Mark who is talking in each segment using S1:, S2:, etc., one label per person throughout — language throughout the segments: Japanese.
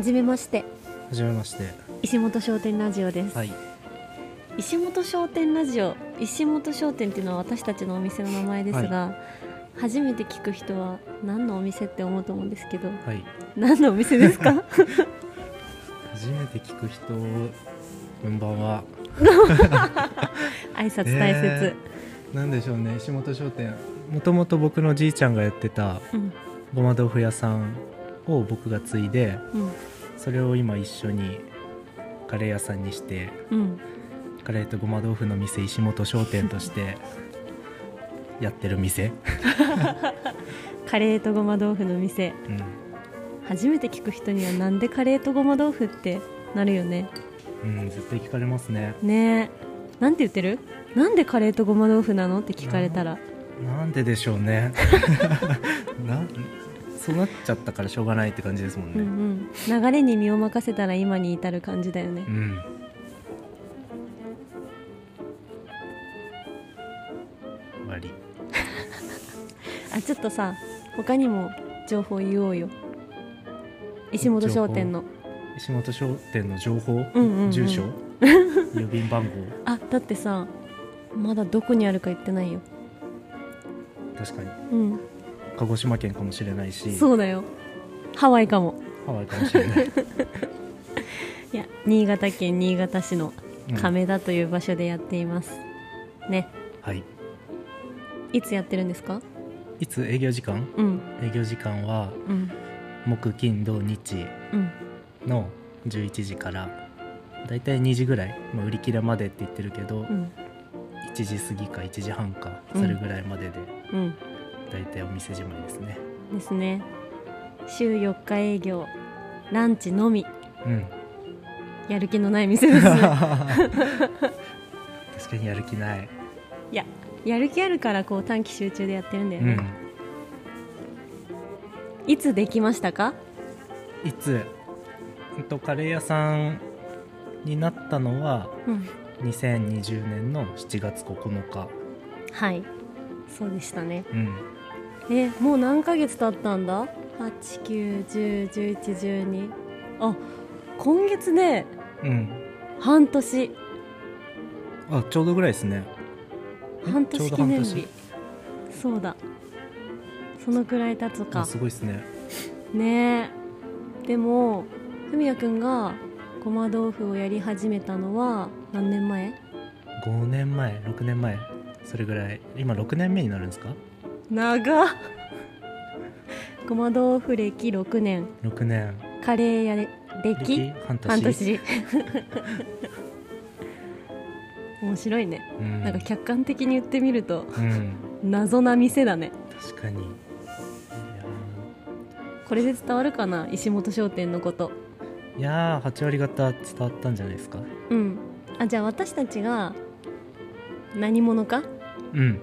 S1: じめまして
S2: はじめまして。
S1: 石本商店ラジオです、
S2: はい。
S1: 石本商店ラジオ石本商店っていうのは私たちのお店の名前ですが、初めて聞く人は何のお店って思うと思うんですけど
S2: はい。
S1: 何のお店ですか
S2: 初めて聞く人、こんばんは。
S1: 挨拶大切、
S2: えーなんでしょうね、石本商店。もともと僕のじいちゃんがやってた
S1: うん
S2: ごま豆腐屋さんを僕が継いで、
S1: うん
S2: それを今一緒にカレー屋さんにして、
S1: うん
S2: カレーとごま豆腐の店石本商店として やってる店。
S1: カレーとごま豆腐の店
S2: うん。
S1: 初めて聞く人にはなんでカレーとごま豆腐ってなるよね
S2: うん、絶対聞かれますね。
S1: ねえなんて言ってるなんでカレーとごま豆腐なのって聞かれたら
S2: なんででしょうね。 なんそうなっちゃったからしょうがないって感じですもん
S1: う
S2: ね。
S1: んうん、流れに身を任せたら今に至る感じだよね
S2: うん。終わり。
S1: あちょっとさ他にも情報言おうよ石本商店の
S2: 石本商店の情報、
S1: うんうんうん
S2: 住所、郵便番号、
S1: あだってさまだどこにあるか言ってないよ
S2: 確かに
S1: うん
S2: 鹿児島県かもしれないし、
S1: そうだよハワイかも
S2: ハワイかもし れない。
S1: いや新潟県新潟市の
S2: うん
S1: 亀田という場所でやっています、ね
S2: はい。
S1: いつやってるんですか
S2: いつ営業時間？
S1: うん
S2: 営業時間は
S1: うん
S2: 木金土日
S1: うん
S2: の11時から。だいたい2時ぐらい、まあ、売り切れまでって言ってるけど、
S1: うん
S2: 1時過ぎか1時半か
S1: うん
S2: それぐらいまでで
S1: うん
S2: だいたいお店じまいですね
S1: ですね週4日営業ランチのみ
S2: うん
S1: やる気のない店ですね
S2: 確かにやる気ない、
S1: いややる気あるからこう短期集中でやってるんだよ
S2: う
S1: ね、
S2: ん、
S1: いつできましたか
S2: いつ、うんと、カレー屋さんになったのは
S1: うん
S2: 2020年の7月9日、
S1: はいそうでしたね
S2: うん、
S1: えもう何ヶ月経ったんだ89101112あ今月ね
S2: うん、
S1: 半年
S2: あちょうどぐらいですねえ
S1: 半年記念
S2: ちょう
S1: 日そうだそのくらい経つ
S2: ど半年あ
S1: か
S2: すごいですね
S1: ねえでもふみやくんがごま豆腐をやり始めたのは何年前
S2: 5年前6年前それぐらい今6年目になるんですか
S1: 長っ ごま豆腐歴6年
S2: 6年
S1: カレー屋れ歴
S2: 半年
S1: 半年 面白いね
S2: うん、
S1: なんか客観的に言ってみると
S2: うん
S1: 謎な店だね
S2: 確かにいや
S1: これで伝わるかな石本商店のこと
S2: ーいやー8割方伝わったんじゃないですか
S1: うんあじゃあ私たちが何者か
S2: うん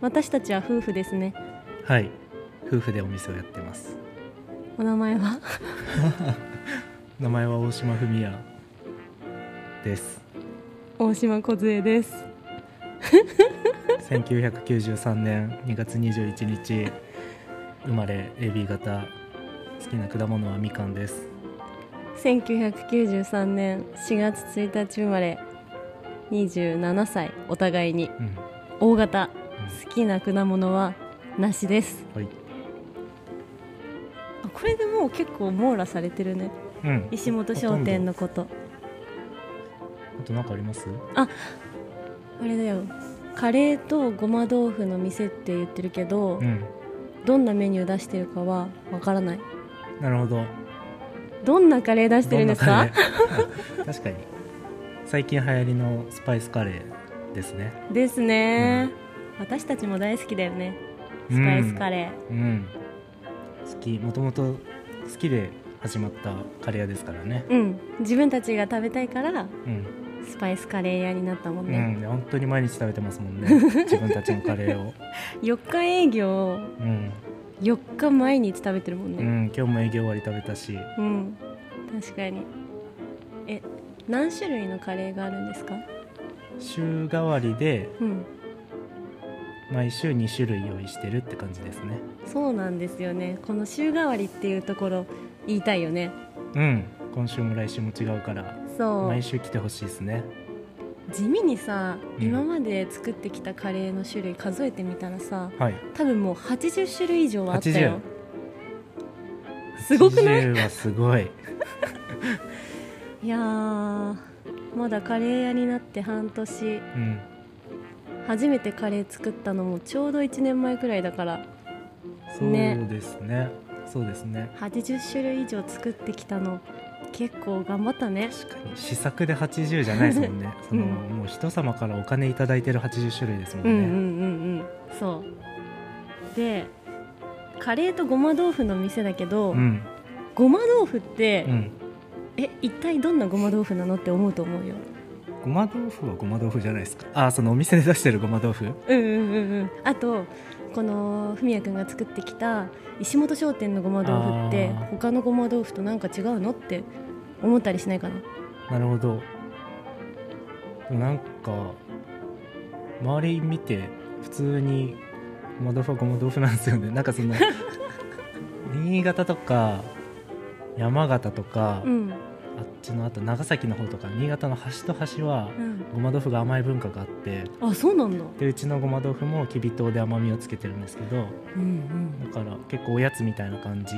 S1: 私たちは夫婦ですね
S2: はい夫婦でお店をやってます
S1: お名前は
S2: 名前は大島文也です
S1: 大島梢です
S2: 1993年2月21日生まれ AB 型好きな果物はみかんです
S1: 1993年4月1日生まれ27歳お互いに
S2: うん、うん、
S1: 大型好きな果物は梨です
S2: はい
S1: あこれでもう結構網羅されてるね
S2: うん
S1: 石本商店のこと
S2: あと何かあります
S1: あれだよカレーとごま豆腐の店って言ってるけど、
S2: うん
S1: どんなメニュー出してるかはわからない
S2: なるほど
S1: どんなカレー出してるんですか
S2: どなカレーあ確かに最近流行りのスパイスカレーですね
S1: ですね、私たちも大好きだよねスパイスカレー、
S2: うん好きもともと好きで始まったカレー屋ですからね
S1: うん、自分たちが食べたいから
S2: うん、
S1: スパイスカレー屋になったもんね、
S2: うん、本当に毎日食べてますも んね自分たちのカレーを
S1: 4日営業
S2: うん、
S1: 4日毎日食べてるもん
S2: う
S1: ね
S2: ん、今日も営業終わり食べたし
S1: うん、確かにえ何種類のカレーがあるんですか
S2: 週替わりで
S1: うん
S2: 毎週2種類用意してるって感じですね
S1: そうなんですよねこの週替わりっていうところ言いたいよね
S2: うん今週も来週も違うから
S1: そう
S2: 毎週来てほしいですね
S1: 地味にさ、
S2: うん
S1: 今まで作ってきたカレーの種類数えてみたらさ
S2: はい
S1: 多分もう80種類以上はあったよす
S2: 80
S1: ごくない
S2: はすごい
S1: いやーまだカレー屋になって半年
S2: うん
S1: 初めてカレー作ったのもちょうど1年前くらいだから
S2: そう
S1: ね
S2: ですねそうですね
S1: 80種類以上作ってきたの結構頑張ったね
S2: 確かに試作で80じゃないですもん ねその、
S1: うん
S2: もう人様からお金いただいてる80種類ですもん
S1: う
S2: ね、
S1: んうんうんうんそうでカレーとごま豆腐の店だけど、
S2: うん
S1: ごま豆腐って、
S2: うん
S1: え一体どんなごま豆腐なのって思うと思うよ
S2: ごま豆腐はごま豆腐じゃないですかあそのお店で出してるごま豆腐
S1: うんうんうんうんあとこのふみやくんが作ってきた石本商店のごま豆腐って
S2: あー
S1: 他のごま豆腐となんか違うのって思ったりしないかな
S2: なるほどでもなんか周り見て普通にごま豆腐はごま豆腐なんですよねなんかそ の新潟とか山形とか、
S1: うん
S2: あっちのあと長崎の方とか新潟の端と端は
S1: うん
S2: ごま豆腐が甘い文化があって
S1: あそうなんだ
S2: でうちのごま豆腐もきび糖で甘みをつけてるんですけど
S1: うんうん
S2: だから結構おやつみたいな感じ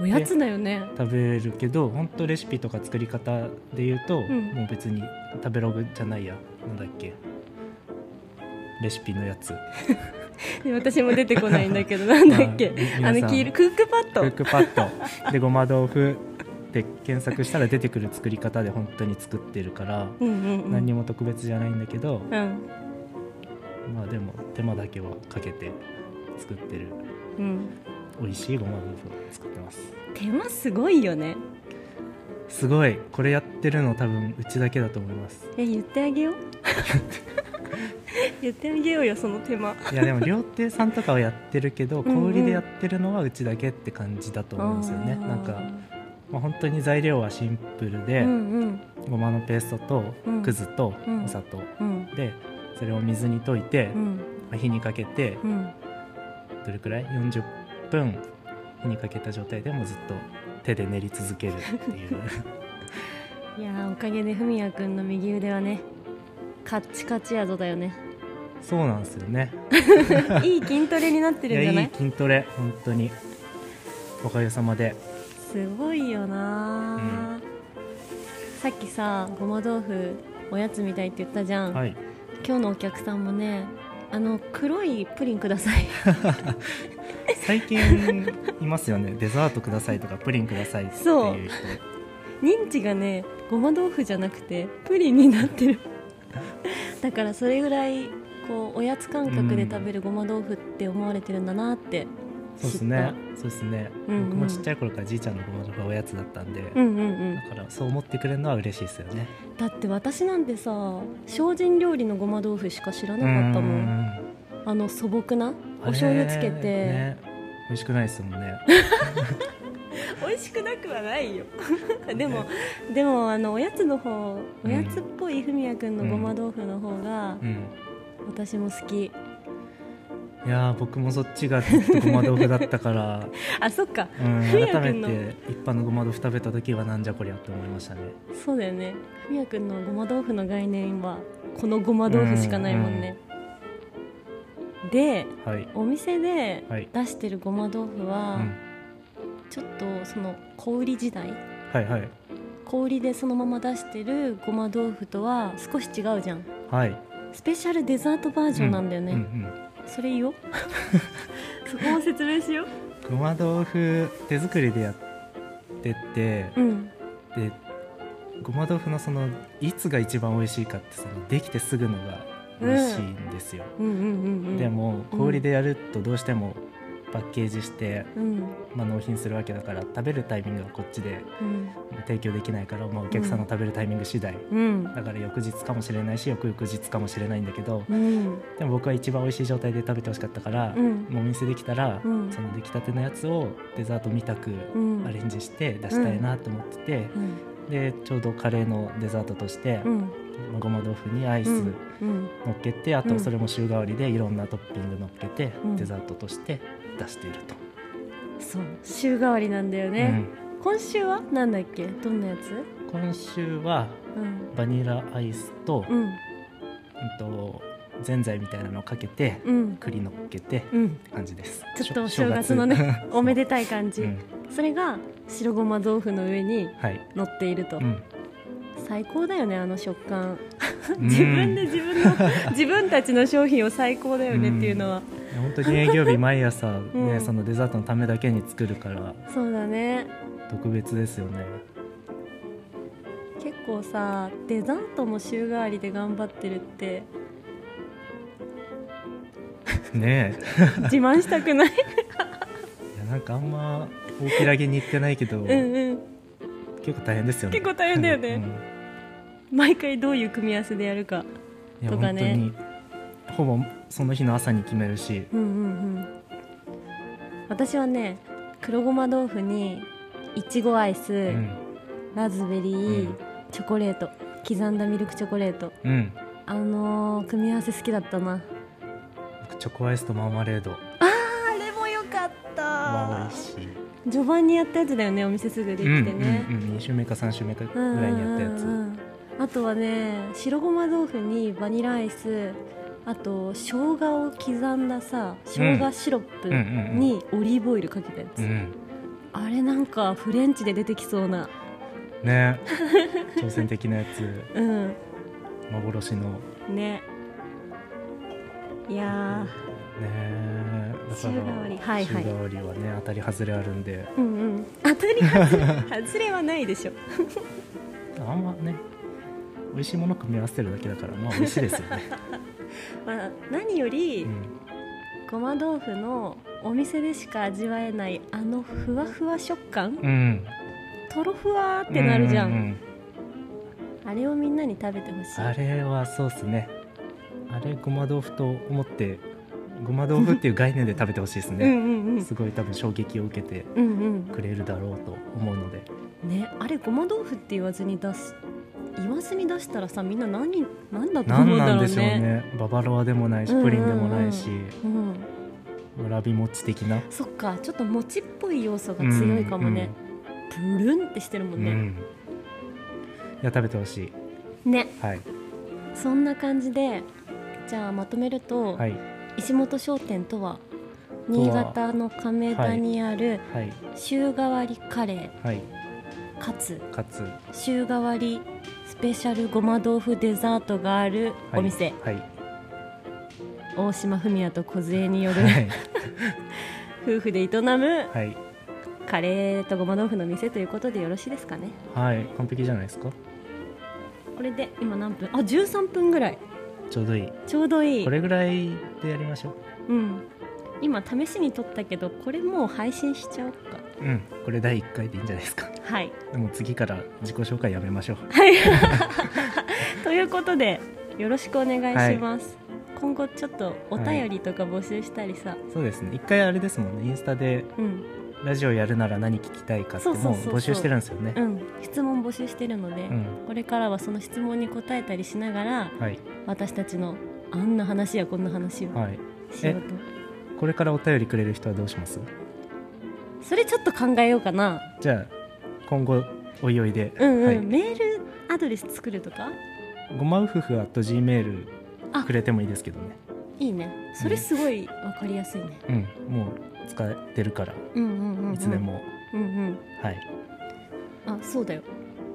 S1: おやつだよね
S2: 食べるけど本当レシピとか作り方で言うと、
S1: ん
S2: もう別に食べログじゃないやなんだっけレシピのやつ
S1: で私も出てこないんだけどなんだっ
S2: あ
S1: け
S2: 皆
S1: あ
S2: さん
S1: の黄色クックパッ
S2: クッ
S1: ド
S2: クパッドでごま豆腐で検索したら出てくる作り方で本当に作ってるから、
S1: うんうんうん
S2: 何にも特別じゃないんだけど、
S1: うん
S2: まあでも手間だけはかけて作ってる
S1: うん
S2: 美味しいごま豆腐を作ってます
S1: 手間すごいよね
S2: すごいこれやってるの多分うちだけだと思います
S1: え言ってあげよう 言ってあげようよその手間
S2: いやでも料亭さんとかはやってるけど
S1: うんうん
S2: 氷でやってるのはうちだけって感じだと思うんですよね
S1: あー
S2: なんか、まあ、本当に材料はシンプルで、
S1: うんうん
S2: ごまのペーストと
S1: うん
S2: くずと
S1: うん
S2: お砂糖、
S1: うん
S2: でそれを水に溶いて
S1: う、ん
S2: まあ火にかけて
S1: うん
S2: どれくらい40分火にかけた状態でもずっと手で練り続けるって いう
S1: いやーおかげでふみやくんの右腕はねカッチカチやぞだよね
S2: そうなんですよね
S1: いい筋トレになって
S2: い
S1: るん
S2: や
S1: じゃない
S2: いい筋トレ本当におかげさまです
S1: ごいよなー、さっきさごま豆腐おやつみたいって言ったじゃん、
S2: はい
S1: 今日のお客さんもねあの黒いプリンください
S2: 最近いますよねデザートくださいとかプリンくださいっていう人
S1: そう認知がねごま豆腐じゃなくてプリンになってる だからそれぐらいこうおやつ感覚で食べるごま豆腐って思われてるんだなって知った、
S2: そうですねそうですね、
S1: うんうん
S2: 僕もちっちゃい頃からじいちゃんのごま豆腐がおやつだったんで、
S1: うんうんうん
S2: だからそう思ってくれるのは嬉しいですよね
S1: だって私なんてさ精進料理のごま豆腐しか知らなかったもん
S2: ん
S1: あの素朴なお
S2: あれ
S1: 醤油つけて、
S2: ね美味しくないですもんね
S1: 美味しくなくはないよでも
S2: ね
S1: でもあのおやつの方おやつっぽいふみやくんの
S2: うん
S1: ごま豆腐の方が
S2: うん
S1: 私も好き、
S2: いやー僕もそっちがずっとごま豆腐だっ たから、
S1: あそっか
S2: うん、
S1: ふや
S2: 改
S1: くんの
S2: めて一般のごま豆腐食べた時はなんじゃこりゃって思いましたね
S1: そうだよねふみやくんのごま豆腐の概念はこのごま豆腐しかないもんね、で
S2: はい
S1: お店で
S2: はい
S1: 出してるごま豆腐
S2: う
S1: は、
S2: ん、
S1: ちょっとその小売り時代
S2: はいはい
S1: 小売りでそのまま出してるごま豆腐とは少し違うじゃん
S2: はい、
S1: スペシャルデザートバージョンなんだよね、
S2: うんうん
S1: それいい よそこも説明しよう
S2: ごま豆腐手作りでやってて、
S1: うん
S2: でごま豆腐のそのいつが一番美味しいかってそのできてすぐのが美味しいんですよ、
S1: うんうんうんうん
S2: でも
S1: うん
S2: 氷でやるとどうしてもパッケージして、
S1: うん
S2: まあ、納品するわけだから食べるタイミングがこっちで
S1: うん
S2: 提供できないから、まあ、お客さんの食べるタイミング次第、
S1: うん
S2: だから翌日かもしれないし翌々日かもしれないんだけど
S1: うん
S2: でも僕は一番美味しい状態で食べてほしかったから、
S1: うん
S2: もうお店できたら、
S1: うん
S2: その出来たてのやつをデザートみたく
S1: うん
S2: アレンジして出したいなと思ってて。
S1: うん
S2: でちょうどカレーのデザートとして、
S1: うん
S2: まあごま豆腐にアイス
S1: うん
S2: 乗
S1: うん
S2: っけて、あ
S1: う
S2: と
S1: ん
S2: それも週替わりでいろんなトッピング乗っけて、
S1: うん
S2: デザートとして出していると、
S1: そう週替わりなんだよね、今週はなんだっけどんなやつ
S2: 今週は
S1: うん
S2: バニラアイスと,、
S1: う
S2: うん
S1: ん
S2: とぜんざいみたいなのをかけて、
S1: うん
S2: 栗のっけて
S1: うん
S2: 感じです
S1: ちょっとお正月のねおめでたい感じ、
S2: うん、
S1: それが白ごま豆腐の上に
S2: はい、
S1: 乗っていると、
S2: うん、
S1: 最高だよねあの食感
S2: う ん
S1: 自分で自分の 自分たちの商品を最高だよねっていうのは、
S2: いや本当に営業日毎朝、ね
S1: うん
S2: そのデザートのためだけに作るから
S1: そうだね
S2: 特別ですよね
S1: 結構さデザートも週替わりで頑張ってる って
S2: ね
S1: 自慢したくない
S2: えいやなんかあんま大きらげに言ってないけど、
S1: うんうん
S2: 結構大変ですよね
S1: 結構大変だよね
S2: うん
S1: 毎回どういう組み合わせでやるか
S2: いや
S1: とかね
S2: 本当にほぼその日の朝に決めるし
S1: うんうんうん私はね黒ごま豆腐にいちごアイス、
S2: うん
S1: ラズベリー、
S2: うん
S1: チョコレート刻んだミルクチョコレート
S2: うん
S1: あのー組み合わせ好きだったな
S2: 僕チョコアイスとマーマレード
S1: あれも良かった、
S2: は美味しい
S1: 序盤にやったやつだよねお店すぐできてね
S2: うんうんうん、2週目か3週目かぐ
S1: うんうんうん
S2: らいにやったやつ、
S1: あとはね白ごま豆腐にバニラアイスあと生姜を刻んださ生姜シロップ
S2: うんうんうんうん
S1: にオリーブオイルかけたやつ、
S2: うん
S1: あれなんかフレンチで出てきそうな
S2: ね挑戦的なやつ
S1: うん
S2: 幻のね
S1: ねいや
S2: えだ
S1: 週
S2: から
S1: 替わりはいはい
S2: 週替わりはね当たり外れあるんで
S1: ーうんうん当たり外れ外れはないでしょ
S2: あんまね美味しいもの組み合わせてるだけだからまあ美味しい ですよね、
S1: まあ、何より、
S2: うん、
S1: ごま豆腐のお店でしか味わえないあのふわふわ食感、
S2: うん
S1: とろふわーってなるじゃん,、
S2: ううう
S1: あれをみんなに食べてほしい
S2: あれはそうっすねあれごま豆腐と思ってごま豆腐っていう概念で食べてほしいです
S1: うん
S2: ね、
S1: うんうん
S2: すごい多分衝撃を受けて
S1: うん
S2: くれるだろうと思うので
S1: うんねあれごま豆腐って言わずに出す言わずに出したらさみんな何何だと思
S2: 何
S1: うんだ
S2: な
S1: ろ
S2: ん
S1: う
S2: でしょう
S1: ね
S2: ねババロアでもないしプリンでもないし、
S1: うん
S2: わらび餅的な
S1: そっかちょっと餅っぽい要素が強いかもね、プルンってしてるも
S2: うんん
S1: ね、
S2: うんいや食べてほしい
S1: ね
S2: はい
S1: そんな感じでじゃあまとめると、
S2: はい
S1: 石本商店とは
S2: とは
S1: 新潟の亀田にある
S2: はい
S1: 週替わりカレー
S2: はい
S1: かつ
S2: かつ
S1: 週替わりスペシャルごま豆腐デザートがある
S2: はい
S1: お店、
S2: はい
S1: 大島文也と梢による、
S2: はい
S1: 夫婦で営む
S2: はい、
S1: カレーとごま豆腐の店ということでよろしいですかね
S2: はい、完璧じゃないですか
S1: これで今何分あ13分ぐらい
S2: ちょうどいい
S1: ちょうどいい
S2: これぐらいでやりましょう
S1: うん今試しに撮ったけどこれもう配信しちゃおうか
S2: うんこれ第一回でいいんじゃないですか
S1: はい
S2: でも次から自己紹介やめましょう
S1: ということでよろしくお願いします、今後ちょっとお便りとか募集したりさ、
S2: そうですね一回あれですもんねインスタで
S1: うん
S2: ラジオやるなら何聞きたいかって
S1: そうそ
S2: も
S1: う
S2: う
S1: そうそう
S2: 募集してるんですよね
S1: うん質問募集してるので、
S2: うん
S1: これからはその質問に答えたりしながら
S2: はい
S1: 私たちのあんな話やこんな話を
S2: はい
S1: しようと、
S2: これからお便りくれる人はどうします
S1: それちょっと考えようかな
S2: じゃあ今後おいおいで、
S1: うんうん、
S2: はい、
S1: メールアドレス作るとか
S2: ごまうふふ at gmail
S1: あ
S2: くれてもいいですけどね
S1: いいねそれすごいわかりやすいね、
S2: うんもう使ってるから
S1: うん、うんうんうん
S2: いつでも、
S1: うんうん
S2: はい
S1: あそうだよ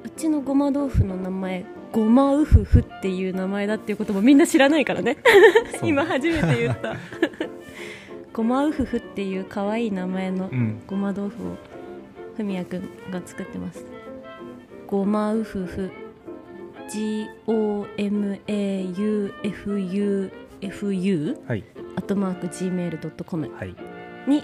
S1: うちのごま豆腐の名前ごまウフフっていう名前だっていうこともみんな知らないからね
S2: そう
S1: 今初めて言った ごまウフフっていう可愛い名前の
S2: うん
S1: ごま豆腐をふみやくんが作ってますごまウフフ GOMAUFUFU
S2: はい
S1: アットマーク Gmail.com
S2: はい
S1: に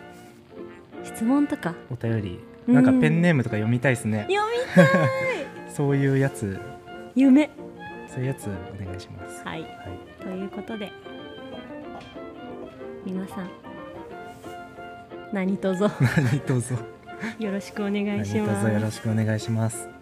S1: 質問とか
S2: お便り
S1: うん
S2: なんかペンネームとか読みたいですね
S1: 読みたい
S2: そういうやつ
S1: 夢
S2: そういうやつお願いします
S1: はい
S2: はい
S1: ということで皆さん何卒よ
S2: 何卒
S1: ろしくお願い
S2: 何
S1: します
S2: 卒よろしくお願いします